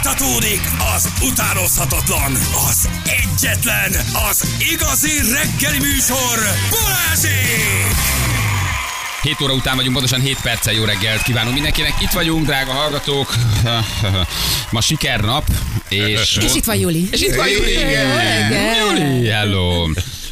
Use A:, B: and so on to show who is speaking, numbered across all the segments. A: Fújtatódik az utánozhatatlan, az egyetlen, az igazi reggeli műsor, Balázsék!
B: 7 óra után vagyunk, pontosan 7 perccel jó reggelt kívánunk mindenkinek. Itt vagyunk, drága hallgatók. Ma sikernap, és...
C: És itt van Juli.
B: És itt van Juli.
C: Igen. Jó reggel.
B: Juli, hello.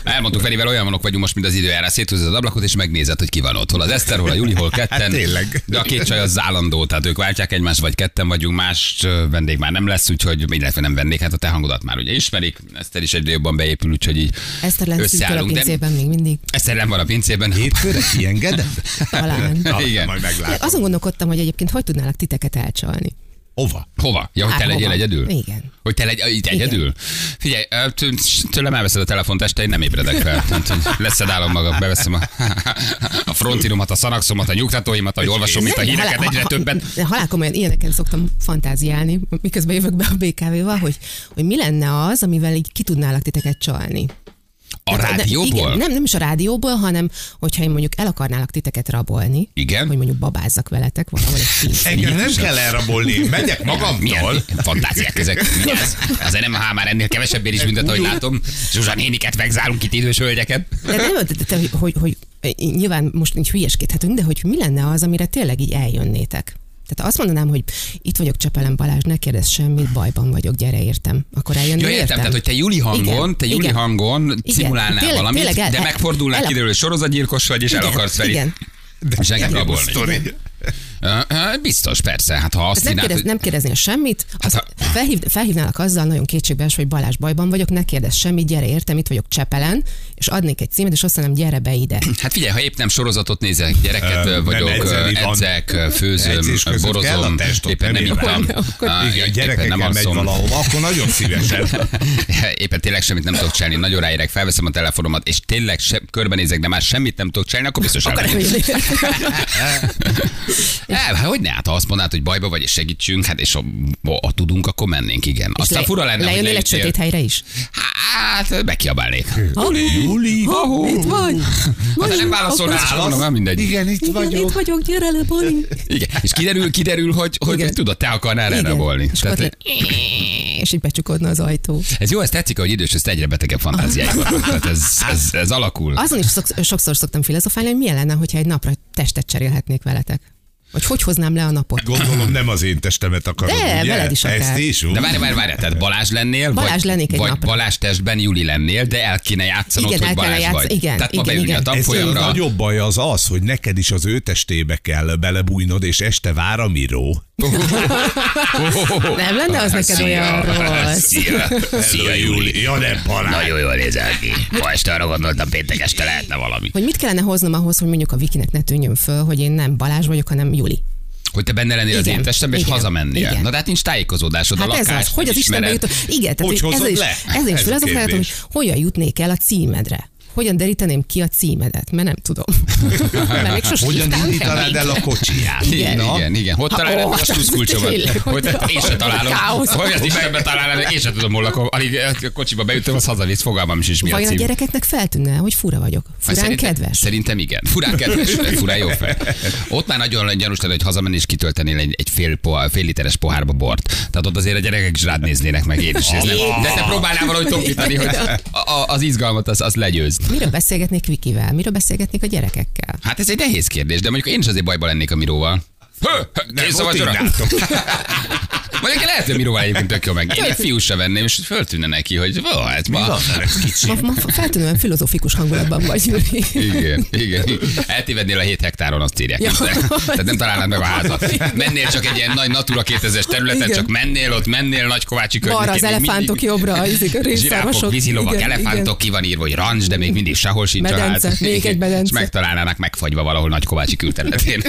B: Elmondtuk Ferivel, olyan vanok vagyunk most, mint az időjárás. Széthúzod az ablakot, és megnézed, hogy ki van ott. Hol az Eszter, hol a Juli, hol ketten.
D: Hát tényleg.
B: De a két csaj az állandó, tehát ők váltják egymást, vagy ketten vagyunk, más ö, vendég már nem lesz, úgyhogy illetve nem vendég, hát a te hangodat már ugye ismerik. Eszter is egyre jobban beépül, úgyhogy így
C: Eszter lent szűköl a
B: összeállunk. De
C: pincében még mindig.
B: Eszter nem van a pincében.
D: Hétfőre kiengedem?
C: Talán.
D: Na,
B: Igen.
D: Majd meglátom.
C: Azon gondolkodtam, hogy egyébként hogy tudnálak titeket elcsalni.
D: Hova?
B: Hova? Ja, hogy te
C: Bárhova.
B: legyél egyedül?
C: Hát Igen.
B: Hogy te legy itt egyedül? Figyelj, ö, tő- tőlem elveszed a telefont este, én nem ébredek fel. Tehát, hogy leszedálom magam, beveszem a, a frontirumat, a szanaxomat, a nyugtatóimat, hogy olvasom itt a
C: Nem, de
B: híreket
C: halál-
B: egyre
C: ha-
B: többet.
C: De halál komolyan ilyeneken szoktam fantáziálni, miközben jövök be a BKV-val, hogy, hogy mi lenne az, amivel így ki tudnálak titeket csalni.
B: A
C: Tehát, de- Igen,
B: rádióból?
C: nem, nem is a rádióból, hanem hogyha én mondjuk el akarnálak titeket rabolni,
B: Igen.
C: hogy mondjuk babázzak veletek valahol egy tíz.
D: Engem nem kell elrabolni, megyek magamtól.
B: Milyen fantáziák ezek? Mi ez? Azért nem, ha már ennél kevesebbért is büntet, ahogy látom. Zsuzsa néniket megzálunk itt idős hölgyeket.
C: De nem, de, de, de, hogy, hogy nyilván most nincs hülyeskedhetünk, de hogy mi lenne az, amire tényleg így eljönnétek? Tehát azt mondanám, hogy itt vagyok Csepelen Balázs, ne kérdezz semmit, bajban vagyok, gyere értem. Akkor eljönnél,
B: Ja, értem, tehát hogy te Juli hangon,
C: Igen,
B: te Juli
C: igen.
B: hangon szimulálnál
C: Tényleg-
B: valamit,
C: tényleg el-
B: de
C: el-
B: megfordulnál
C: el-
B: kiderül, hogy sorozatgyilkos vagy, és el
C: Igen,
B: akarsz felé.
C: igen.
B: És engem
D: Ilyen
B: rabolni.
D: sztori.
B: Ö, ö, Biztos, persze. Hát ha azt
C: Tehát nem,
B: csinált,
C: kérdez,
B: hogy...
C: nem kérdeznél semmit, azt
B: Hát ha-
C: felhív, felhívnálak azzal nagyon kétségbees, hogy Balázs bajban vagyok, ne kérdezz semmit, gyere értem, itt vagyok Csepelen, és adnék egy címet, és azt mondom, gyere be ide.
B: Hát figyelj, ha épp nem sorozatot nézek, gyereket
D: Ö,
B: ö,
D: nem
B: vagyok, ö,
D: edzeni van.
B: edzek, ö, főzöm,
D: Edzés
B: ö,
D: között kell
B: borozom,
D: a testot,
B: éppen nem
D: nem
B: ittam.
D: értem.
B: Á,
D: Igen,
B: éppen
D: gyerekekkel megy
B: alszom.
D: valahova, akkor nagyon szívesen.
B: Éppen tényleg semmit nem tudok csinálni, nagyon ráérek, felveszem a telefonomat, és tényleg se, körbenézek, de már semmit nem tudok csinálni, akkor biztos
C: Akkor
B: elmegyek.
C: eljöjjön.
B: El, hát hogy ne, hát ha azt mondnád, hogy bajba vagy, és segítsünk, hát és ha, ha tudunk, akkor mennénk, igen. Aztán
C: le-
B: fura lenne, hogy
C: Lejönnél egy
B: leütél.
C: sötét helyre is?
B: Hát, bekiabálnék.
C: Juli, Juli, ahó, itt vagy.
B: Hát ha nem válaszol rá, mondom, nem mindegy.
D: Igen, itt
C: Itt
D: vagyok.
C: vagyok, gyere le, Bali.
B: Igen. És kiderül, kiderül, hogy, hogy
C: Igen.
B: tudod, te akarnál
C: Igen.
B: elrabolni.
C: És,
B: Tehát,
C: akkor ott le- és így becsukodna az ajtó.
B: Ez jó, ez tetszik, hogy idős, ezt egyre betegebb fantáziáik vannak. Tehát ez, ez, ez alakul.
C: Azon is szok, sokszor szoktam filozofálni, hogy milyen lenne, hogyha egy napra testet cserélhetnék veletek. Vagy hogy hoznám le a napot.
D: Gondolom nem az én testemet akarod,
C: De,
D: ugye?
C: veled is akár.
D: Ezt is,
B: De
D: úgy?
B: várj, várj, várj, tehát Balázs lennél,
C: Balázs
B: vagy,
C: lennék egy
B: vagy
C: napra.
B: Balázs testben Juli lennél, de el kéne játszanod,
C: Igen,
B: hogy
C: el
B: Balázs
C: kellene
B: vagy.
C: játsz- igen,
B: tehát ma
C: igen,
B: beülni
C: igen.
B: a
D: Ez a
B: tanfolyamra.
D: nagyobb baj az az, hogy neked is az ő testébe kell belebújnod, és este vár a miró.
C: Nem lenne az neked
B: Szia,
C: olyan rossz?
B: Szia, szia Juli.
D: Ja, nem, barát.
B: Nagyon jól nézel ki. Ma este arra gondoltam, péntek este lehetne valami.
C: Hogy mit kellene hoznom ahhoz, hogy mondjuk a Vikinek ne tűnjön föl, hogy én nem Balázs vagyok, hanem Juli.
B: Hogy te benne lennél az
C: Igen,
B: én testemben, és
C: igen,
B: hazamennél.
C: igen.
B: Na de hát nincs tájékozódásod,
C: Hát
B: a lakás,
C: ez az, hogy az Istenbe
B: ismered.
C: jutok. Igen, tehát
D: Hogy
C: így
D: hozod
C: ez is,
D: le?
C: ez is
D: Ez a
C: filozofálhatom, hogy
D: kérdés.
C: hogyan jutnék el a címedre. Hogyan deríteném ki a címedet? Mert nem tudom. Mert még sose
D: Hogyan
C: hívtam
D: indítanád
C: meg.
D: el a kocsiját?
B: Hát Igen,
D: Na?
B: igen, igen. Hogy
C: Ha,
B: találod
C: ó,
B: a
C: hát
B: sluszkulcsomat?
C: tényleg,
B: Hogy
C: hogy
B: te- én sem találom.
C: káosz.
B: Hogy az Istenbe találom, én sem tudom, hol lakom. Alig a kocsiba beütöm, az hazavisz, fogalmam is, is mi a
C: Vajon a
B: cím.
C: gyerekeknek feltűnne, hogy fura vagyok?
B: Hát
C: Furán kedves?
B: Szerintem igen. Furán kedves, de furán jó fel. Ott már nagyon gyanús lenne, hogy hazamenni és kitöltenél egy, egy fél, pohár, fél literes pohárba bort. Tehát ott azért a gyerekek is rád néznének meg, én is. Ez nem. De te próbálnál valahogy tompítani, hogy a, a, az izgalmat az, az legyőz.
C: Miről beszélgetnék Vikivel? Miről beszélgetnék a gyerekekkel?
B: Hát ez egy nehéz kérdés, de mondjuk én is azért bajba lennék a Miróval. Hő, hő,
D: Nem,
B: Kész a
D: ott
B: vacsora.
D: innátok.
B: szóval, Mondjuk lehet, hogy Miróval egyébként tök jó meg. Én egy fiú se venném, és föltűnne neki, hogy ó, hát ma...
C: Ma, ma feltűnően filozofikus hangulatban vagy, Júli.
B: Igen, igen. Eltévednél a 7 hektáron, azt írják.
C: Ja.
B: Ja. Tehát nem találnád meg a házat. Mennél csak egy ilyen nagy Natura 2000-es területen,
C: Igen.
B: csak mennél ott, mennél nagy kovácsi
C: Balra az elefántok, jobbra a izék, a
B: Zsiráfok,
C: rénszarvasok.
B: vízilovak,
C: Igen,
B: elefántok, ki van írva, hogy rancs, de még mindig sehol sincs
C: Medence,
B: a ház.
C: még egy medence.
B: És megtalálnának megfagyva valahol nagy kovácsi külterületén.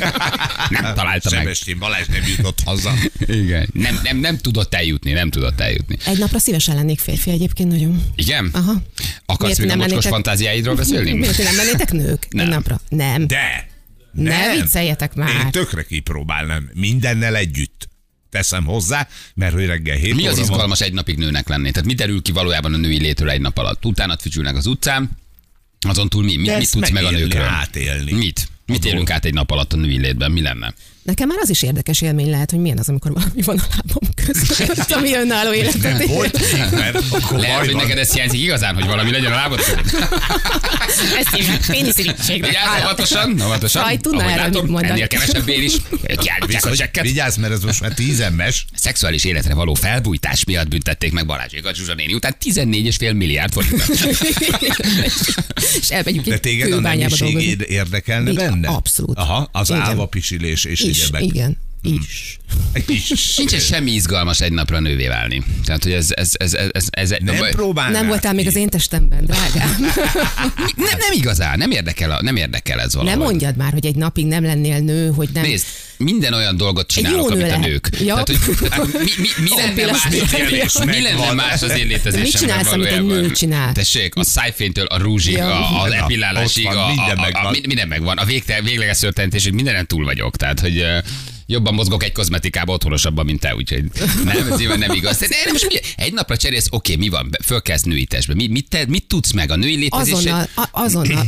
B: Nem találta meg.
D: Sebestén Balázs nem jutott haza.
B: Igen. Nem, nem, nem tudott eljutni, nem tudott eljutni.
C: Egy napra szívesen lennék férfi egyébként nagyon.
B: Igen?
C: Aha.
B: Akarsz
C: Miért
B: még a
C: nem
B: mocskos
C: lennétek-
B: fantáziáidról beszélni?
C: Miért ti nem lennétek nők?
B: Nem.
C: Egy napra. Nem.
D: De!
C: Ne vicceljetek már.
D: Én tökre kipróbálnám. Mindennel együtt teszem hozzá, mert hogy reggel 7
B: Mi az
D: óra van.
B: izgalmas egy napig nőnek lenni? Tehát mi derül ki valójában a női létről egy nap alatt? Utána fücsülnek az utcán, azon túl mi? Mit,
D: De
B: mit
D: ezt
B: tudsz meg a
D: megélni,
B: nőkről?
D: átélni.
B: Mit? Mit élünk át egy nap alatt a női létben? Mi lenne?
C: Nekem már az is érdekes élmény lehet, hogy milyen az, amikor valami van a lábam között, ami önálló életet él.
D: Hogy? Mert akkor
B: Lehet,
D: baj
B: hogy
D: van.
B: neked ez hiányzik igazán, hogy valami legyen a lábad között.
C: Ezt én péniszirítségnek.
D: hát-
B: Vigyázz, óvatosan, óvatosan.
C: Aj, tudna
B: Ahogy
C: erről mit
B: látom,
C: mondani.
B: ennél kevesebb én is. Kiállítják a
D: Viszont
B: csekket.
D: Vigyázz, mert ez most már tízemmes.
B: Szexuális életre való felbújtás miatt büntették meg Balázsékat Zsuzsa néni után 14,5 milliárd forintot.
C: És elmegyünk
D: De
C: egy
D: téged a
C: kőbányába
D: nemiség
C: dolgozni.
D: érde- érdekelne
C: Igen,
D: benne?
C: abszolút.
D: Aha, az
C: Igen.
D: álva pisilés és Hmm.
C: Is,
D: egyebek.
C: igen. Is.
D: Is.
B: Nincsen semmi izgalmas egy napra nővé válni. Tehát, hogy ez... ez, ez, ez, ez, ez
D: Nem
B: vagy-
D: próbálnád
C: Nem voltál még
D: ki?
C: az én testemben, drágám.
B: nem, nem igazán, nem érdekel, a- nem érdekel ez
C: Ne
B: valahogy.
C: mondjad már, hogy egy napig nem lennél nő, hogy nem...
B: Nézd, minden olyan dolgot
C: jó
B: csinálok,
C: nő
B: amit a
C: lehet.
B: nők.
C: Ja.
B: Tehát, hogy, tehát mi, mi, mi lenne
C: Kompilás
B: más az
C: nő.
B: én lé- mi lenne
D: Megvan.
B: más az én létezésem?
C: Mit csinálsz, amit egy nő csinál?
B: Tessék, a szájfénytől a rúzsig,
C: Ja.
B: a, az
D: Na,
B: epillálásig,
D: ott van,
B: a, a,
D: minden
B: a, a,
D: megvan.
B: mi- minden megvan. A végte, végleges szörtentésig mindenen túl vagyok. Tehát, hogy ö, jobban mozgok egy kozmetikában otthonosabban, mint te, úgyhogy nem, ez nyilván nem igaz. De nem, most ugye, egy napra cserélsz, oké, mi van, Be- fölkelsz nőítésbe. Mi, mit, te, mit tudsz meg a női létezését?
C: azonnal, a, azonnal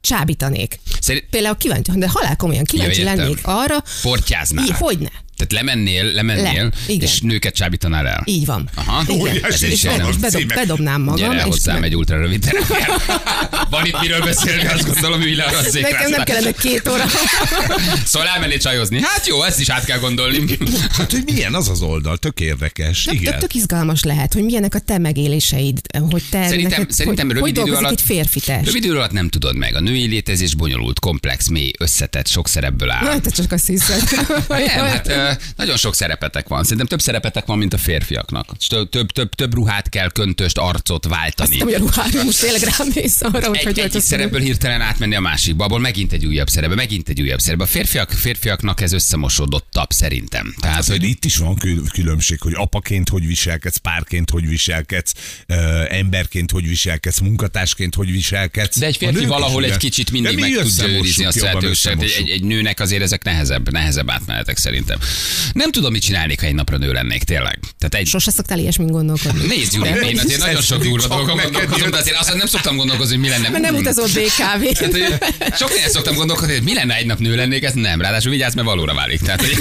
C: csábítanék.
B: Szerint-
C: Például kíváncsi, de halál komolyan kíváncsi
B: Ja,
C: ja,
B: értem.
C: lennék arra,
B: Portyáznál.
C: így, hogy ne.
B: Tehát lemennél, lemennél,
C: Le. Igen.
B: és nőket csábítanál el.
C: Így van.
B: Aha.
C: Igen.
D: Óriási
C: Ez is
D: csavar
C: bedob, bedob,
D: címe.
C: bedobnám magam.
B: Gyere
C: és
B: hozzám egy ultra rövid terápiára. Van itt miről beszélni, azt gondolom, hogy le arra a székre.
C: Nekem nem kellene két óra.
B: Szóval elmenni csajozni. Hát jó, ezt is át kell gondolni.
D: Hát, hogy milyen az az oldal, tök érdekes.
C: Tök, tök,
D: Igen.
C: tök izgalmas lehet, hogy milyenek a te megéléseid, hogy te
B: Szerintem,
C: neked,
B: szerintem
C: hogy,
B: rövid
C: hogy
B: idő
C: dolgozik
B: alatt...
C: egy férfi test.
B: Rövid idő alatt nem tudod meg. A női létezés bonyolult, komplex, mély, összetett, sok szerepből áll.
C: Na, te csak azt hiszed.
B: Nem, hát ö, nagyon sok szerepetek van. Szerintem több szerepetek van, mint a férfiaknak. Több, több, több, több ruhát kell, köntöst, arcot váltani.
C: Nem, hogy a ruhára most tényleg rámész arra, hogy
B: egy,
C: hogy
B: egyik
C: öltözködök.
B: szerepből hirtelen átmenni a másikba, abból megint egy újabb szerepbe, megint egy újabb szerepbe. A férfiak, férfiaknak ez összemosódottabb szerintem. Tehát,
D: Hát,
B: hogy
D: hogy itt is van kül- különbség, hogy apaként hogy viselkedsz, párként hogy viselkedsz, ö, emberként hogy viselkedsz, munkatársként hogy viselkedsz.
B: de egy
D: A
B: férfi
D: nők is
B: valahol egy
D: ugyan-
B: kicsit
D: De
B: mindig
D: mi
B: meg tudja
D: összemossuk,
B: őrizni azt a
D: jobban
B: lehetőséget. Egy,
D: összemossuk.
B: egy, egy nőnek azért ezek nehezebb, nehezebb átmenetek szerintem. Nem tudom, mit csinálnék, ha egy napra nő lennék, tényleg. Tehát egy,
C: Sose szoktál ilyesmin gondolkodni.
B: Nézd, Gyuri, én azért nagyon sok durva dolgon gondolkozom, de azért azt nem szoktam gondolkozni, hogy mi lenne.
C: Mert nem
B: Mm.
C: utazol BKV-n.
B: Tehát, Hát, hogy sok helyen szoktam gondolkodni, hogy mi lenne ha egy nap nő lennék, ez nem. Ráadásul vigyázz, mert valóra válik. Tehát, hogy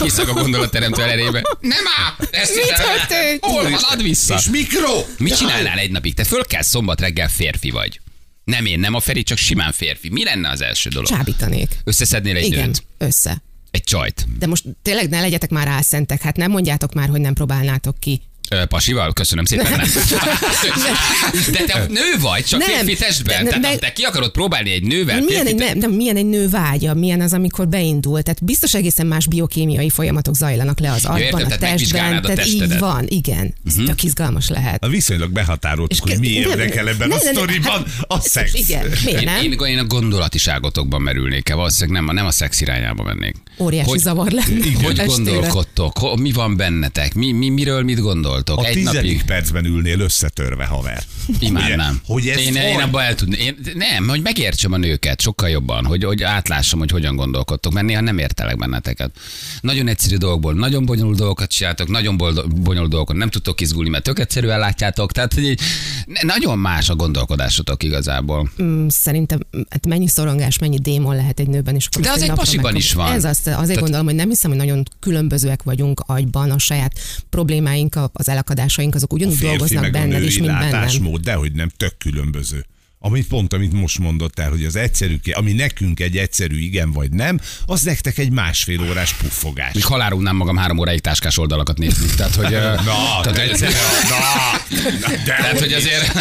B: hiszek a gondolatteremtő elérébe. Nem áll! Ezt
C: Mi
B: hiszem.
C: történt?
B: Hol van? Add vissza!
D: És mikro!
B: Mit csinálnál egy napig? Te fölkelsz szombat reggel férfi vagy. Nem én, nem a Feri, csak simán férfi. Mi lenne az első dolog?
C: Csábítanék.
B: Összeszednél egy
C: Igen,
B: nőt,
C: össze.
B: egy csajt.
C: De most tényleg ne legyetek már álszentek, hát nem mondjátok már, hogy nem próbálnátok ki.
B: Ö, pasival? Köszönöm szépen. Nem. De te nő vagy, csak
C: Nem.
B: férfi testben.
C: De-
B: Tehát
C: de-
B: ha te ki akarod próbálni egy nővel?
C: Milyen
B: férfi
C: egy, nem, nem, milyen egy nő vágya, milyen az, amikor beindul. Tehát biztos egészen más biokémiai folyamatok zajlanak le az agyban,
B: értem,
C: a
B: tehát
C: testben.
B: megvizsgálnád a
C: tehát így
B: testedet. Mhm. Hát,
C: van, igen. Ez tök izgalmas lehet.
D: A viszonylag
C: És
D: behatároltuk, hogy
C: ke-
D: mi
C: nem-
D: érdekel ebben
C: ne-
D: a
C: ne- ne-
D: sztoriban,
C: hát-
D: a szex.
C: Igen, miért nem?
B: Én, én, én a gondolatiságotokban merülnék el, valószínűleg nem, a- nem a szex irányába mennék.
C: Óriási
B: hogy,
C: zavar lenne.
B: Hogy
C: estére.
B: gondolkodtok? Ho, mi van bennetek? Mi, mi, miről mit gondoltok?
D: A
B: Egy
D: tizedik
B: napig
D: percben ülnél összetörve, haver.
B: imádnám.
D: Ugye? Hogy ez
B: én, én
D: hogy?
B: abba el tudni. Én, nem, hogy megértsem a nőket sokkal jobban, hogy, hogy átlássam, hogy hogyan gondolkodtok, mert néha nem értelek benneteket. Nagyon egyszerű dolgokból, nagyon bonyolult dolgokat csináltok, nagyon boldo- bonyolult dolgokon nem tudtok izgulni, mert tök egyszerűen látjátok. Tehát, hogy így, ne- nagyon más a gondolkodásotok igazából.
C: Mm, Szerintem hát mennyi szorongás, mennyi démon lehet egy nőben, és akkor
B: De
C: ezt
B: az egy
C: napra
B: pasiban
C: megkap-
B: is van.
C: Ez azt, azért Tehát... gondolom, hogy nem hiszem, hogy nagyon különbözőek vagyunk agyban, a saját problémáink, a- az elakadásaink, azok
D: A
C: ugyanúgy
D: férfi
C: dolgoznak
D: meg a
C: benned
D: női
C: is, mint bennem.
D: látásmód, de hogy nem, tök különböző. Amit pont, amit most mondottál, hogy az egyszerű, ké- ami nekünk egy egyszerű igen vagy nem, az nektek egy másfél órás puffogás.
B: Még halálulnám magam három óráig táskás oldalakat nézni. Tehát, hogy, ö,
D: Na,
B: tehát,
D: de,
B: hogy-
D: de, na, de,
B: tehát, hogy azért,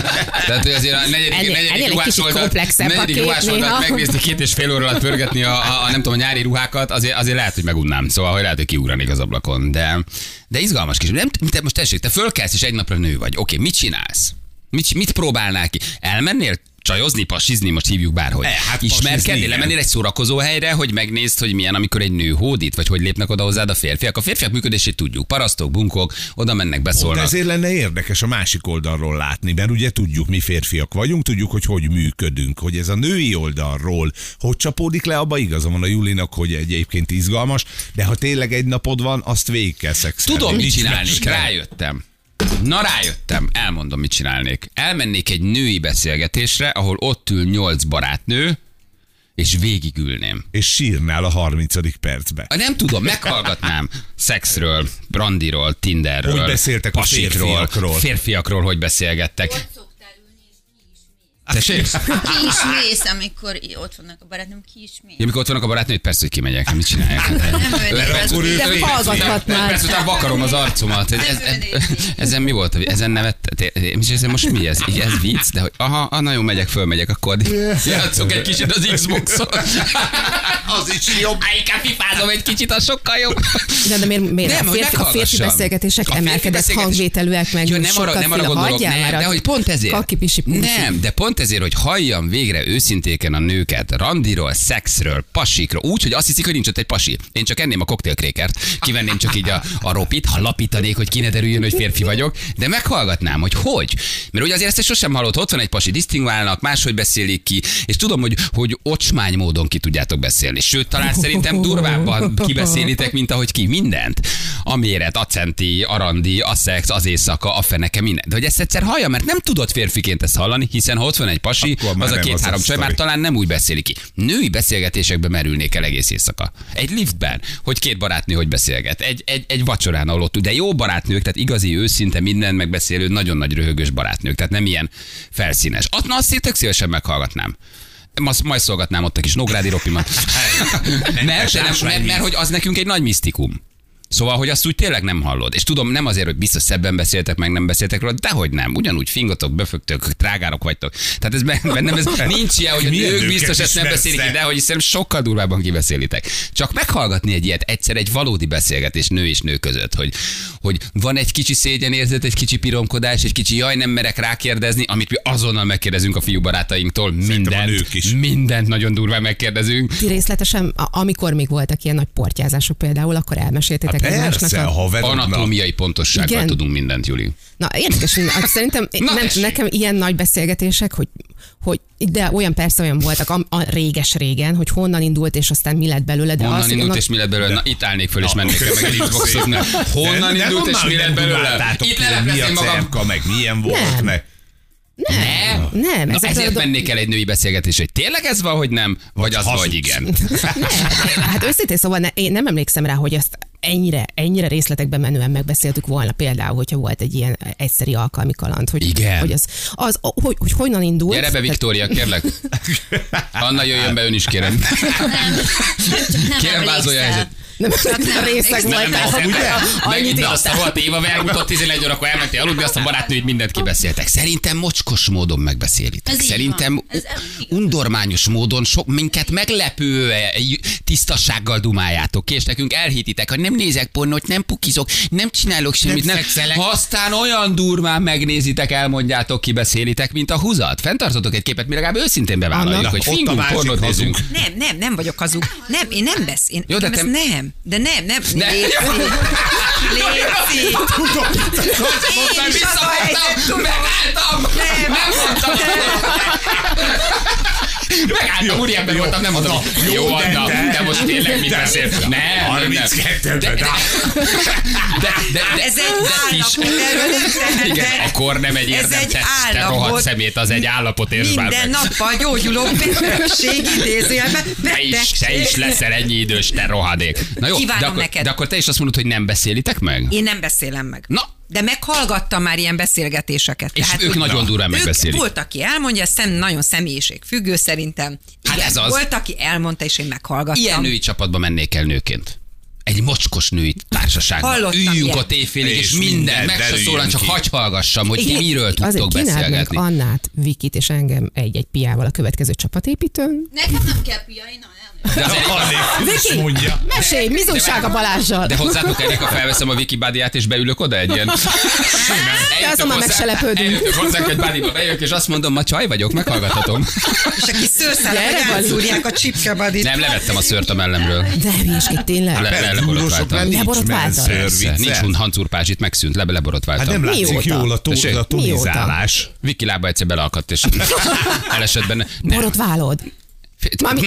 B: tehát, hogy azért a negyedik,
C: Ennél- ennél
B: negyedik
C: egy
B: ruhás
C: kicsit
B: oldalt,
C: komplexebb a
B: negyedik
C: kép
B: ruhás oldalt
C: néha.
B: megnézni két és fél óra alatt pörgetni a, a, a, nem tudom, a nyári ruhákat, azért, azért lehet, hogy megunnám. Szóval, hogy lehet, hogy kiugranik az ablakon. De, de izgalmas kis. Nem, te most tessék, te fölkelsz és egy napra nő vagy. Oké, mit csinálsz? Mit, mit próbálnál ki? Elmennél csajozni, pasizni, most hívjuk bárhogy.
D: E, hát pasizni,
B: Ismerkedni,
D: igen.
B: lemennél egy szórakozó helyre, hogy megnézd, hogy milyen, amikor egy nő hódít, vagy hogy lépnek oda hozzád a férfiak. A férfiak működését tudjuk. Parasztok, bunkok, oda mennek,
D: De
B: beszólnak.
D: ezért lenne érdekes a másik oldalról látni, mert ugye tudjuk, mi férfiak vagyunk, tudjuk, hogy hogy működünk, hogy ez a női oldalról hogy csapódik le, abba igaza van a Julinak, hogy egyébként izgalmas, de ha tényleg egy napod van, azt végig kell szexelni.
B: Tudom, mit
D: Nincs
B: csinálnék.
D: mester.
B: Rájöttem. Na rájöttem, elmondom, mit csinálnék. Elmennék egy női beszélgetésre, ahol ott ül nyolc barátnő, és végigülném.
D: És sírnál a 30. percbe.
B: A Nem tudom, meghallgatnám szexről, brandiról, tinderről,
D: Hogy beszéltek a
B: pasikról,
D: férfiakról.
B: férfiakról, hogy beszélgettek.
E: Ott szoktál ülni, és ki is mész.
B: Tessék?
E: Ki is mész, amikor i- ott vannak a barátnőm, ki is mész.
B: Ja, mikor ott vannak a barátnők, persze, hogy kimegyek, Hát mit csinálják. hát,
E: vennék
B: Öt perc
E: ezt.
B: után-
E: De
B: öt perc
C: hallgathatnád.
B: után- Perc után hát, vakarom az arcomat. Ez, ez, ez, ezen mi volt? a vi- Ezen nevet? hát, És ezen most mi ez? Így ez vicc? De hogy aha, ah, nagyon megyek, fölmegyek, akkor addig játszok egy kicsit az Xbox-on. az is jobb. Áj, inkább fifázom egy kicsit, az sokkal jobb.
C: De, de miért, miért
B: Nem,
C: a,
B: hogy
C: férfi, a férfi
B: meghallgassam.
C: beszélgetések
B: A férfi
C: emelkedett
B: beszélgetés-
C: hangvételűek, meg
B: ja, nem
C: sokkal
B: arra, nem arra
C: féle,
B: gondolok,
C: hagyjál
B: nem,
C: már
B: de
C: a
B: hogy pont ezért.
C: kakipisi puszi.
B: nem, de pont ezért, hogy halljam végre őszintéken a nőket, randiról, szexről, pasikról, úgy, hogy azt hiszik, hogy nincs ott egy pasi. Én csak enném a koktélkrékert, kivenném csak így a, a ropit, ha lapítanék, hogy ki ne derüljön, hogy férfi vagyok, de meghallgatnám, hogy hogy. Mert ugye azért ezt sosem hallott, ott van egy pasi, disztingválnak, máshogy beszélik ki, és tudom, hogy, hogy ocsmány módon ki tudjátok beszélni. Sőt, talán szerintem durvábban kibeszélitek, mint ahogy ki mindent. A méret, a centi, a randi, a szex, az éjszaka, a feneke, minden. De hogy ezt egyszer hallja, mert nem tudod férfiként ezt hallani, hiszen ha ott van egy pasi,
D: Akkor már
B: az a
D: nem az
B: két-három
D: a
B: csaj már
D: sztori.
B: talán nem úgy beszélik ki. Női beszélgetésekbe merülnék el egész éjszaka. Egy liftben, hogy két barátnő hogy beszélget. Egy, egy, egy vacsorán, ahol ott, de jó barátnők, tehát igazi, őszinte, minden megbeszélő, nagyon nagy röhögös barátnők, tehát nem ilyen felszínes. Azt, na, azt én tök szívesen meghallgatnám. Majd, majd szolgatnám ott a kis Nógrádi ropimat. mert, de nem, mert, mert, hogy az nekünk egy nagy misztikum. Szóval, hogy azt úgy tényleg nem hallod. És tudom, nem azért, hogy biztos szebben beszéltek, meg nem beszéltek róla, de hogy nem. Ugyanúgy fingotok, befögtök, trágárok vagytok. Tehát ez be- bennem ez nincs ilyen, hogy a
D: Milyen
B: nők
D: nőket
B: biztos ezt nem
D: ismersz
B: beszélik,
D: te?
B: de hogy szerintem sokkal durvábban kibeszélitek. Csak meghallgatni egy ilyet, egyszer egy valódi beszélgetés nő és nő között, hogy, hogy van egy kicsi szégyenérzet, egy kicsi piromkodás, egy kicsi jaj, nem merek rákérdezni, amit mi azonnal megkérdezünk a fiú barátainktól. Mindent,
D: nők is.
B: mindent nagyon durván megkérdezünk.
C: Ti részletesen, a- amikor még voltak ilyen nagy portyázások például, akkor elmeséltétek
B: Hát
C: egymásnak
D: Persze, a
C: a...
D: haverodnak.
B: Anatómiai pontossággal
C: Igen.
B: tudunk mindent, Juli.
C: Na, érdekes, hogy na, szerintem
B: Na,
C: nem,
B: tessék.
C: nekem ilyen nagy beszélgetések, hogy, hogy de olyan persze olyan voltak, a, a réges-régen, hogy honnan indult, és aztán mi lett belőle, de
B: Honnan
C: az,
B: indult
C: annak-
B: és mi lett belőle? Na, itt állnék föl és mennék el meg egy
D: köszönöm
B: xboxot.
D: szépen.
B: Honnan
D: De
B: indult és
D: honnan
B: mi lett
D: nem
B: belőle?
D: tudnátok,
B: Itt
D: hogy Mi
B: leleplezni
D: a
B: magam.
D: cerka, meg milyen volt,
C: Nem.
D: meg
B: Nem.
C: nem,
B: Na,
C: ezek
B: ezért
C: a-
B: mennék el egy női beszélgetésre, hogy tényleg ez van, hogy nem, vagy az,
D: hazudsz.
B: hogy igen.
C: Ne, hát őszintén szóval ne, én nem emlékszem rá, hogy ezt ennyire, ennyire részletekben menően megbeszéltük volna például, hogyha volt egy ilyen egyszeri alkalmi kaland, hogy,
B: Igen.
C: hogy, az, az a- hogy, hogy honnan indult.
B: Gyere be,
C: Tehát-
B: Viktória, kérlek. Anna jöjjön be, ön is kérem.
E: Nem, csak nem
B: Kérem, vázolja a
E: emlékszel.
B: helyzet.
C: Nem,
E: Csak
C: nem
E: nem
C: részeg
E: emlékszem.
C: voltál.
B: Nem, nem, nem.
C: Annyit
B: Megint azt
C: írtál.
B: volt Éva elmutott 11 órakor, elmentél aludni, azt a barátnőid mindent kibeszéltek. Szerintem mocskos módon megbeszélitek.
E: Ez így
B: Szerintem
E: van. Ez
B: u-
E: elég.
B: undormányos módon sok minket meglepő eh, j- tisztassággal dumáljátok ki, és nekünk elhititek, hogy nem nézek pornót, nem pukizok, nem csinálok semmit, nem, nem. aztán olyan durván megnézitek, elmondjátok, kibeszélitek, mint a húzat. Fentartotok egy képet, mi legalább őszintén bevállaljuk,
C: Anna?
B: hogy
D: Ott a
B: fingunk,
D: másik
B: pornót
D: hazug.
B: nézünk.
F: Nem, nem, nem vagyok hazug. Nem, én nem besz. Én,
B: Jó,
F: Jó,
B: de
F: de
B: te-
F: ezt nem. De nem, nem.
B: Ne.
F: Ne. Léci. Léci.
B: Most már
F: Én is az a helyzet,
B: visszavágtam,
F: tudom.
B: megálltam, nem,
F: Nem.
B: nem mondtam. Megálltam, úriember voltam, nem mondom.
D: jó,
B: Jó,
D: de
B: Anna,
D: te-
B: de most tényleg mit
D: de-
B: beszél? Nem, nem, nem.
D: 32
B: De-
D: de,
B: de- De, de, de,
F: Ez egy
B: de
F: állapot,
B: kis-
F: erről nem tehetek.
B: Igen, a kor nem egy
F: Ez
B: érdem,
F: egy
B: te, te
F: állapot.
B: rohadt szemét, az egy állapot, és már
F: Minden
B: meg.
F: nappal gyógyulok betegség idézőjelben.
B: Te is, te is leszel ennyi idős, te rohadék. Na jó,
F: Kívánom
B: de akkor,
F: neked.
B: de akkor te is azt mondod, hogy nem beszélitek meg?
F: Én nem beszélem meg.
B: Na.
F: De meghallgattam már ilyen beszélgetéseket.
B: És ők nagyon durván
F: ők-
B: megbeszélik.
F: Volt, aki elmondja, szem nagyon személyiség függő szerintem.
B: Hát ez az.
F: Volt, aki elmondta, és én meghallgattam.
B: Ilyen női csapatba mennék el nőként. Egy mocskos női társaságban.
F: Hallottam
B: Üljünk
F: ilyen.
B: ott éjfélig, és,
D: És
B: minden,
D: minden
B: meg se
D: derüljön
B: szólan, csak
D: ki.
B: hagy hallgassam, hogy ti
C: Igen,
B: miről
C: Azért
B: tudtok
C: kínáld meg
B: beszélgetni.
C: Annát, Vikit és engem egy-egy piával a következő csapatépítőn.
E: Nekem nem kell pia, én elnök.
B: De, azért,
D: Viki, mondja.
C: Mesélj, mizumság a Balázsjal.
B: de hozzátok elég, ha felveszem a Wikibádiát, és beülök oda egy ilyen. Eljutok
C: azon már
B: hozzá-
C: megselepődünk.
B: eljutok hozzánk egy bádiba, bejövök, és azt mondom, ma csaj vagyok, meghallgatatom.
F: És aki
C: Gyere,
F: szőrszállal, hogy
C: Bali.
F: elszúrják a csipkebadit.
B: Nem, levettem a szőrt a mellemről.
C: De hülyeskedj, tényleg.
B: Le, le,
D: Túlosok már
B: leborotváltam.
D: nincs
C: Leborotváltad?
B: Persze,
D: menszőr,
B: Nincs hun hancurpázs, itt megszűnt, le,
D: Hát
B: leborotváltam.
D: nem látszik
C: Mióta?
D: jól a, tó,
B: Tessék?
D: a tonizálás.
B: Viki lába egyszer beleakadt, és elesett benne. Nem,
C: Borotválod. Mami,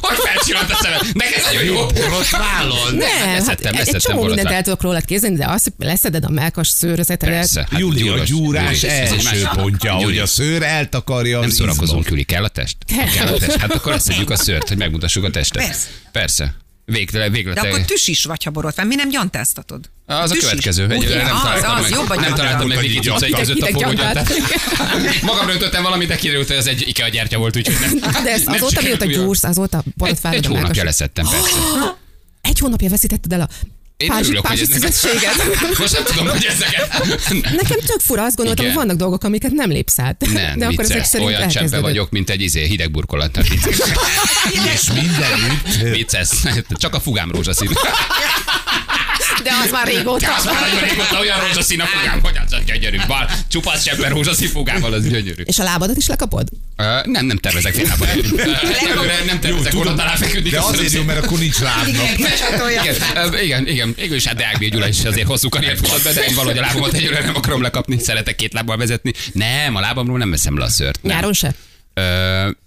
B: Hogy felcsillant a szemem? Neked nagyon jó borost vállal.
C: nem, hát
B: leszettem,
C: egy
B: leszettem
C: csomó mindent el
B: borotát.
C: tudok rólad kézni, de azt, hogy leszeded a melkas szőrözetedet.
B: Persze. Hát
D: Júli, a
B: gyúros-
D: gyúrás
B: gyúri, ez egy
D: első
B: másik-
D: pontja,
B: Gyúri.
D: hogy a szőr eltakarja
B: Nem
D: az
B: szórakozunk,
D: izmot.
B: Júli, kell a test? Kell a test. Hát akkor leszedjük a szőrt, hogy megmutassuk a testet.
F: Persze.
B: Persze. Végtelen,
F: De
B: végletelen.
F: akkor tüs is vagy, ha borotva. Mi nem gyantáztatod?
B: Az a
F: Tüs is.
B: következő. Egy,
F: Ugye,
B: nem
F: az,
B: találtam
F: az,
B: meg.
F: jobban
B: nem találtam meg,
D: gyártják. Hideg-
B: hogy egy között a
C: hideg
B: forgógyártás.
C: gyártják.
B: Magamra ütöttem valamit, de kiderült, hogy ez egy Ikea gyertya volt, úgyhogy nem.
C: De ezt
B: nem
C: azóta,
B: sikerült
C: mióta
B: újra.
C: gyúrsz, azóta
B: Egy,
C: borotváld
B: egy
C: a melkas.
B: hónapja leszettem, persze.
C: Egy hónapja veszítetted el a
B: Én
C: pázsi,
B: örülök, hogy
C: pázsi
B: ez nekem-
C: szüzességet.
B: Most nem tudom, hogy ezeket.
C: Nekem tök fura, azt gondoltam,
B: Igen.
C: hogy vannak dolgok, amiket nem lépsz át.
B: Nem,
C: de akkor ezek
B: vicces.
C: szerint
B: Olyan cseppbe
C: elkezdődött.
B: vagyok, mint egy izé, hideg burkolat. Nem vicces.
D: És mindenütt.
B: vicces. Csak a fugám rózsaszín.
C: De az már régóta.
B: Az már nagyon régóta olyan rózsaszín a fugám, hogy az a gyönyörű. Bal, csupasz sebben rózsaszín fugával, az gyönyörű.
C: És a lábadat is lekapod?
B: Ö, Nem, nem tervezek félnában. Nem, nem tervezek
D: tudom,
B: oda alá feküdni.
D: De
B: köszönöm
D: azért jó,
B: szépen.
D: mert akkor nincs lábnak.
B: Igen, ö, igen, igen, végül is hát Deákbi Gyula is azért hosszú karriert futott be, de én valahogy a lábamat egyelőre nem akarom lekapni, szeretek két lábbal vezetni. Nem, a lábamról nem veszem le a szőrt. Nem.
C: Nyáron se?
B: Ö,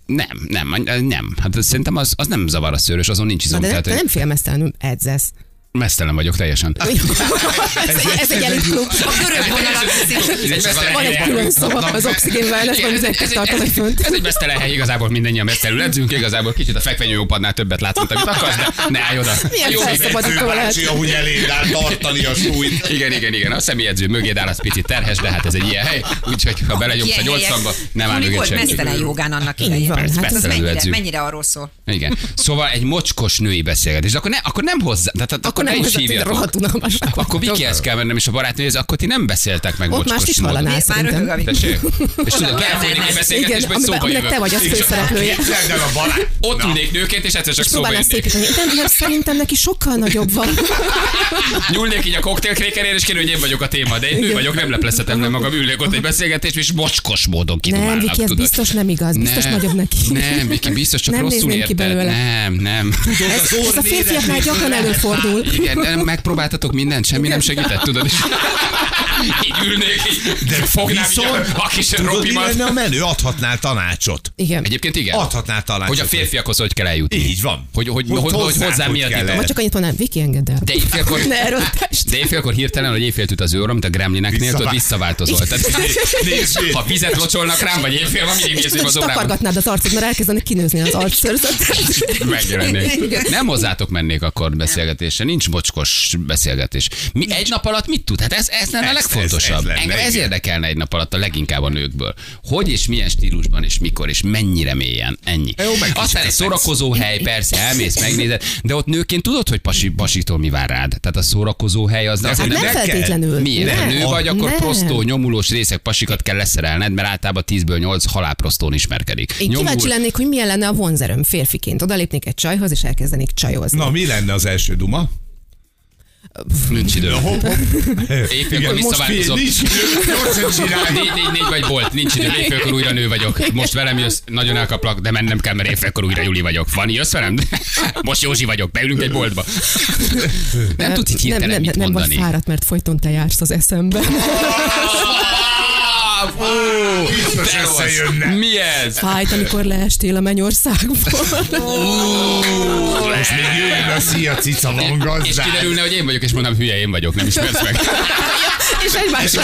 B: nem, nem, ö, nem. Hát az szerintem az, az nem zavar a szőrös, azon nincs
C: Na,
B: izom.
C: de nem,
B: Tehát,
C: te
B: hogy
C: nem félmeztelenül edzesz.
B: mesztelen vagyok teljesen.
C: ez, egy- ez egy elit klub.
F: A görög vonalat viszik.
B: Ez egy
C: Van egy külön szoba, az Oxygen Wellness,
B: Igen,
C: van
B: ez-
C: egy
B: ez-
C: tartalék fönt.
B: Ez egy mesztelen hely, igazából mindannyian mesztelül edzünk, igazából kicsit a fekvenyőjópadnál többet látsz, mint amit akarsz, de ne állj oda.
C: Milyen
B: Jó,
C: felszabadító lehet?
D: Bácsi, ahogy eléd áll tartani a súlyt.
B: Igen, igen, igen. A személyedző mögéd áll, az picit terhes, de hát ez egy ilyen hely, úgyhogy ha belegyomsz a nyolcszamba, nem áll mögé
F: Volt
B: senki.
F: mesztelen jogán annak
C: Így van,
F: idején.
C: hát
F: Hát az
B: mesztelenül
F: mennyire,
B: edzünk.
F: mennyire arról szól?
B: Igen. Szóval egy mocskos női beszélgetés, de akkor, ne, akkor nem hozzá, tehát akkor,
C: Akkor nem
B: ne is
C: hozzá, de
B: hívjatok.
C: rohadt unalmasnak
B: Akkor
C: vagytok.
B: Vikihez kell mennem, és a barátnőhöz, akkor ti nem beszéltek meg
C: Ott
B: mocskos
C: mást is
B: módon.
C: hallanál
F: Már röhög a
C: szerintem.
F: Viki.
B: Tessék? És tudod,
F: kell
B: elfogyni egy
F: mennem.
B: beszélgetés,
C: Igen,
B: vagy szóba
C: amiben-
B: jövök.
C: aminek te vagy a főszereplője.
D: Képzeld el a barát.
B: Ott ülnék nőként, és egyszer csak szóba
C: Próbálnál
B: jönnék.
C: szépíteni. Nem, nem, szerintem neki sokkal nagyobb van.
B: Nyúlnék így a koktélkrékerén, és kérő, hogy én vagyok a téma, de én nő vagyok, nem leplezhetem le magam, ülnék ott egy beszélgetés, és mocskos módon
C: Nem,
B: kidumálnak,
C: Viki, ez
B: tudod.
C: biztos nem igaz. Biztos
B: Nem,
C: nagyobb neki.
B: Nem, Viki, biztos csak
C: Nem
B: rosszul
C: nézném ki
B: érted.
C: belőle.
B: Nem, nem.
C: Ez, ez a férfiaknál gyakran előfordul.
B: Igen, de megpróbáltatok mindent, semmi nem segített, tudod? És így ülnék, így de fognám így
D: viszont-
B: a, a kis
D: Tudod, mi
B: ropimat.
D: lenne a menő? Adhatnál tanácsot.
C: Igen.
B: Egyébként igen.
D: Adhatnál tanácsot.
B: Hogy a férfiakhoz hogy kell eljutni.
D: Így van.
B: Hogy, hogy, hogy, hogy, hogy hozzám mi a
D: kell
B: titok.
C: Vagy csak annyit mondanám, Viki, engedd el.
B: De éjfélkor,
C: Ne erőltest.
B: de éjfélkor hirtelen, hogy éjfél üt az őrom, mint a gremlineknél, tudod,
D: Visszavá-
B: visszaváltozol. Tehát,
D: Nézd, nézd.
B: ha vizet locsolnak rám, vagy éjfél van, mindig
C: És
B: nézném
C: tudod,
B: az
C: és
B: órában.
C: takargatnád az arcod, mert elkezdeni kinőzni az arcszőrzötet.
B: Megjelennék. Nem hozzátok mennék akkor beszélgetésre, nincs mocskos beszélgetés. Mi egy nap alatt mit tud? Hát ez, ez lenne a
D: Ez- ez- ez
B: legfontosabb.
D: lenne,
B: Engem ez
D: igen.
B: érdekelne egy nap alatt a leginkább a nőkből. Hogy és milyen stílusban és mikor és mennyire mélyen. Ennyi.
D: Jó, meg is
B: Aztán egy
D: köszönsz.
B: szórakozó hely, persze, elmész, megnézed, de ott nőként tudod, hogy pasi, pasitól mi vár rád. Tehát a szórakozó hely az azért
C: Hát
B: nem
C: nem
D: kell.
C: feltétlenül.
B: Miért? Ha
C: Nem.
B: nő vagy, akkor
C: Nem.
B: prostó, nyomulós részek, pasikat kell leszerelned, mert általában 10-ből 8 halálprostón ismerkedik.
C: Én
B: Nyomul-
C: kíváncsi lennék, hogy milyen lenne a vonzerőm férfiként. Oda lépnék egy csajhoz, és elkezdenék csajozni.
D: Na, mi lenne az első duma?
B: Nincs idő.
D: Hopp, hopp.
B: Éjfélkor visszaváltozom.
D: nincs idő, gyorsan csinálj.
B: Négy, négy, négy vagy volt, nincs idő, éjfélkor újra nő vagyok. Most velem jössz, nagyon elkaplak, de mennem kell, mert éjfélkor újra Juli vagyok. Van, jössz velem? Most Józsi vagyok, beülünk egy boltba. Nem tudsz így
C: nem,
B: hirtelen
C: nem,
B: mit
C: nem vagy
B: mondani.
C: fáradt, mert folyton te jársz az eszembe.
B: Ó,
D: Biztos
B: de rossz.
D: összejönne.
B: Mi ez?
C: Fájt, amikor leestél a mennyországból.
D: Most még jöjjön a szia cica van
B: És
D: gazdán.
B: kiderülne, hogy én vagyok, és mondom, hülye, én vagyok, nem ismersz meg.
C: és egymásra.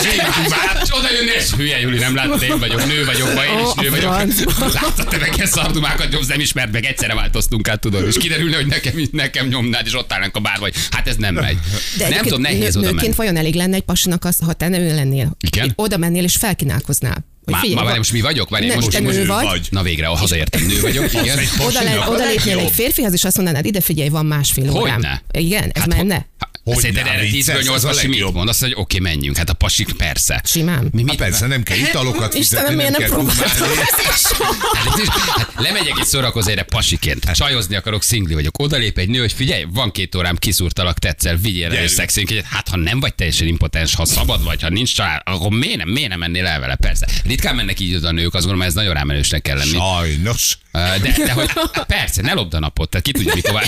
B: És oda jönni, és hülye, Juli, nem láttad, én vagyok, nő vagyok, ma én is
C: Ó, a
B: nő vagyok.
C: francba.
B: Láttad, te nekem szardumákat nyomsz, nem ismert meg, egyszerre változtunk át, tudod. És kiderülne, hogy nekem, nekem nyomnád, és ott állnánk a bár vagy. Hát ez nem megy. nem
C: egyébként
B: tudom, nehéz oda
C: nő-
B: menni.
C: Nőként vajon elég lenne egy pasinak az, ha te nő lennél?
B: Igen?
C: Oda mennél és felkínálkoznál. Hogy
B: Má,
C: figyelj,
B: má,
C: van-
B: várj, most mi vagyok? Várj,
C: Nem,
B: most,
C: te
B: most
C: nő
D: ő
C: vagy.
D: vagy.
B: Na végre, hazaértem, nő vagyok, igen.
C: Oda, le, oda lépnél egy férfihez, és azt mondanád, ide figyelj, van másfél
B: Hogyne. Hát
C: órám. Igen, ez menne?
B: Hogy
D: Hogy
B: Szerinted
D: nem,
B: erre
D: vicces,
B: 10-ből
D: ez a
B: 8 mit
D: legjobb.
B: mond? Azt mondja, hogy oké, menjünk. Hát a pasik persze.
C: Simán.
B: Mi,
D: Hát
B: mit,
D: persze, nem kell italokat
C: Istenem,
D: fizetni,
C: miért
D: nem
C: nem
D: kell
C: próbáltam
D: dumálni.
C: ezt soha?
B: Hát, itt is- hát lemegyek egy szórakozóra pasiként. Hát Csajozni akarok, szingli vagyok. Odalép egy nő, hogy figyelj, van két órám, kiszúrtalak, tetszel, vigyél el
D: Gyerünk.
B: és szexink egyet. Hát ha nem vagy teljesen impotens, ha szabad vagy, ha nincs család, akkor miért nem, miért nem mennél el vele? Persze. Ritkán mennek így oda a nők, azt gondolom, ez nagyon rámenősnek kell lenni.
D: Sajnos.
B: Ö, De, de hogy persze, ne lopd a napot, tehát ki tudja, mikor, vár...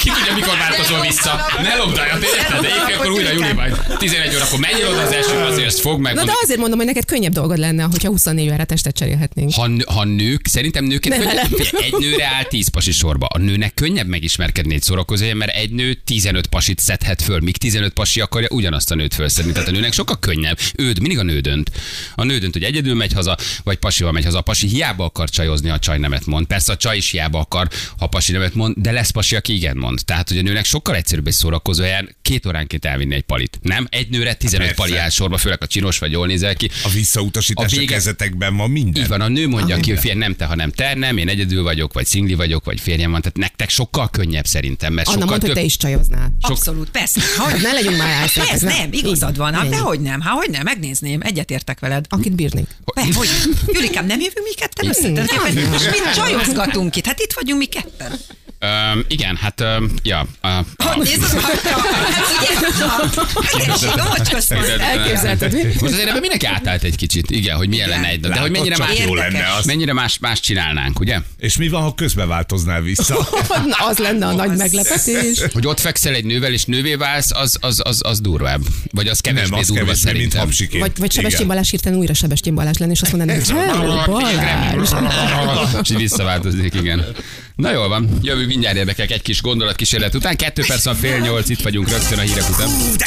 B: ki tudja, mikor változol vissza. Ne lopd óráját, érted? Éjfél, akkor újra Juli vagy. 11 órakor menjél oda az első, azért ezt fog meg.
C: Na de azért mondom, hogy neked könnyebb dolgod lenne, hogyha 24 órára testet cserélhetnénk.
B: ha, nő- ha nők, szerintem nőként
C: Ne
B: könnyebb,
C: velem.
B: Figyelj, egy nőre áll 10 pasi sorba. A nőnek könnyebb megismerkedni egy szórakozója, mert egy nő 15 pasit szedhet föl, míg 15 pasi akarja ugyanazt a nőt fölszedni. Tehát a nőnek sokkal könnyebb. Őd, mindig a nő dönt. A nő dönt, hogy egyedül megy haza, vagy pasival megy haza. A pasi hiába akar csajozni, a csaj nemet mond. Persze a csaj is hiába akar, ha pasi nemet mond, de lesz pasi, aki igen mond. Tehát, hogy a nőnek sokkal egyszerűbb egy szórakozóján két óránként elvinni egy palit. Nem? Egy nőre 15
D: Hát Persze.
B: pali áll sorba, főleg a csinos vagy jól nézel ki.
D: A visszautasítás
B: A
D: a,
B: vége-
D: kezetekben van minden.
B: Így van, a nő mondja ki, hogy figyelj, nem te, hanem te, nem, én egyedül vagyok, vagy szingli vagyok, vagy férjem van. Tehát nektek sokkal könnyebb szerintem, mert
C: Anna
B: sokkal
C: mondd, hogy
B: több...
C: te is csajoznál.
F: Abszolút, persze. Hogy? Hát
C: Ne legyünk már álszak, ez
F: Ez
C: nem-
F: nem, igazad van. Hát
C: Ennyi.
F: dehogy nem, hát hogy nem, megnézném, egyetértek veled.
C: Akit bírnék.
F: Be, hogy? Julikám, nem jövünk mi ketten össze? Tehát
C: Nem.
F: éppen- És mit csajozgatunk itt? Hát itt vagyunk mi ketten.
B: Öm, igen, hát, öm, ja. a-
F: Hogy nézd az ablakra? Hát ugye? Hát én is igaz,
C: Elképzelted mi?
B: Most azért ebben mindenki átállt egy kicsit, igen, hogy milyen lenne egy nap, de hogy mennyire
D: Látod,
B: más,
D: csak jó lenne az.
B: mennyire más, más csinálnánk, ugye?
D: És mi van, ha közbe változnál vissza?
C: Na, az lenne a nagy
F: Az.
C: meglepetés.
B: Hogy ott fekszel egy nővel, és nővé válsz, az, az, az, az durvább. Vagy az kevésbé
D: nem, az
B: durva
D: kevésbé, mint
B: szerintem.
D: hapsiként.
C: Vagy, vagy Sebestyén
D: Igen.
C: Balázs hirtelen újra Sebestyén Balázs lenni, és azt mondaná, hogy hello Balázs.
B: És így visszaváltozik, igen. Na jól van, jövő mindjárt érdekek egy kis gondolatkísérlet után. Kettő perc van fél nyolc, itt vagyunk rögtön a hírek után.
A: Ú, de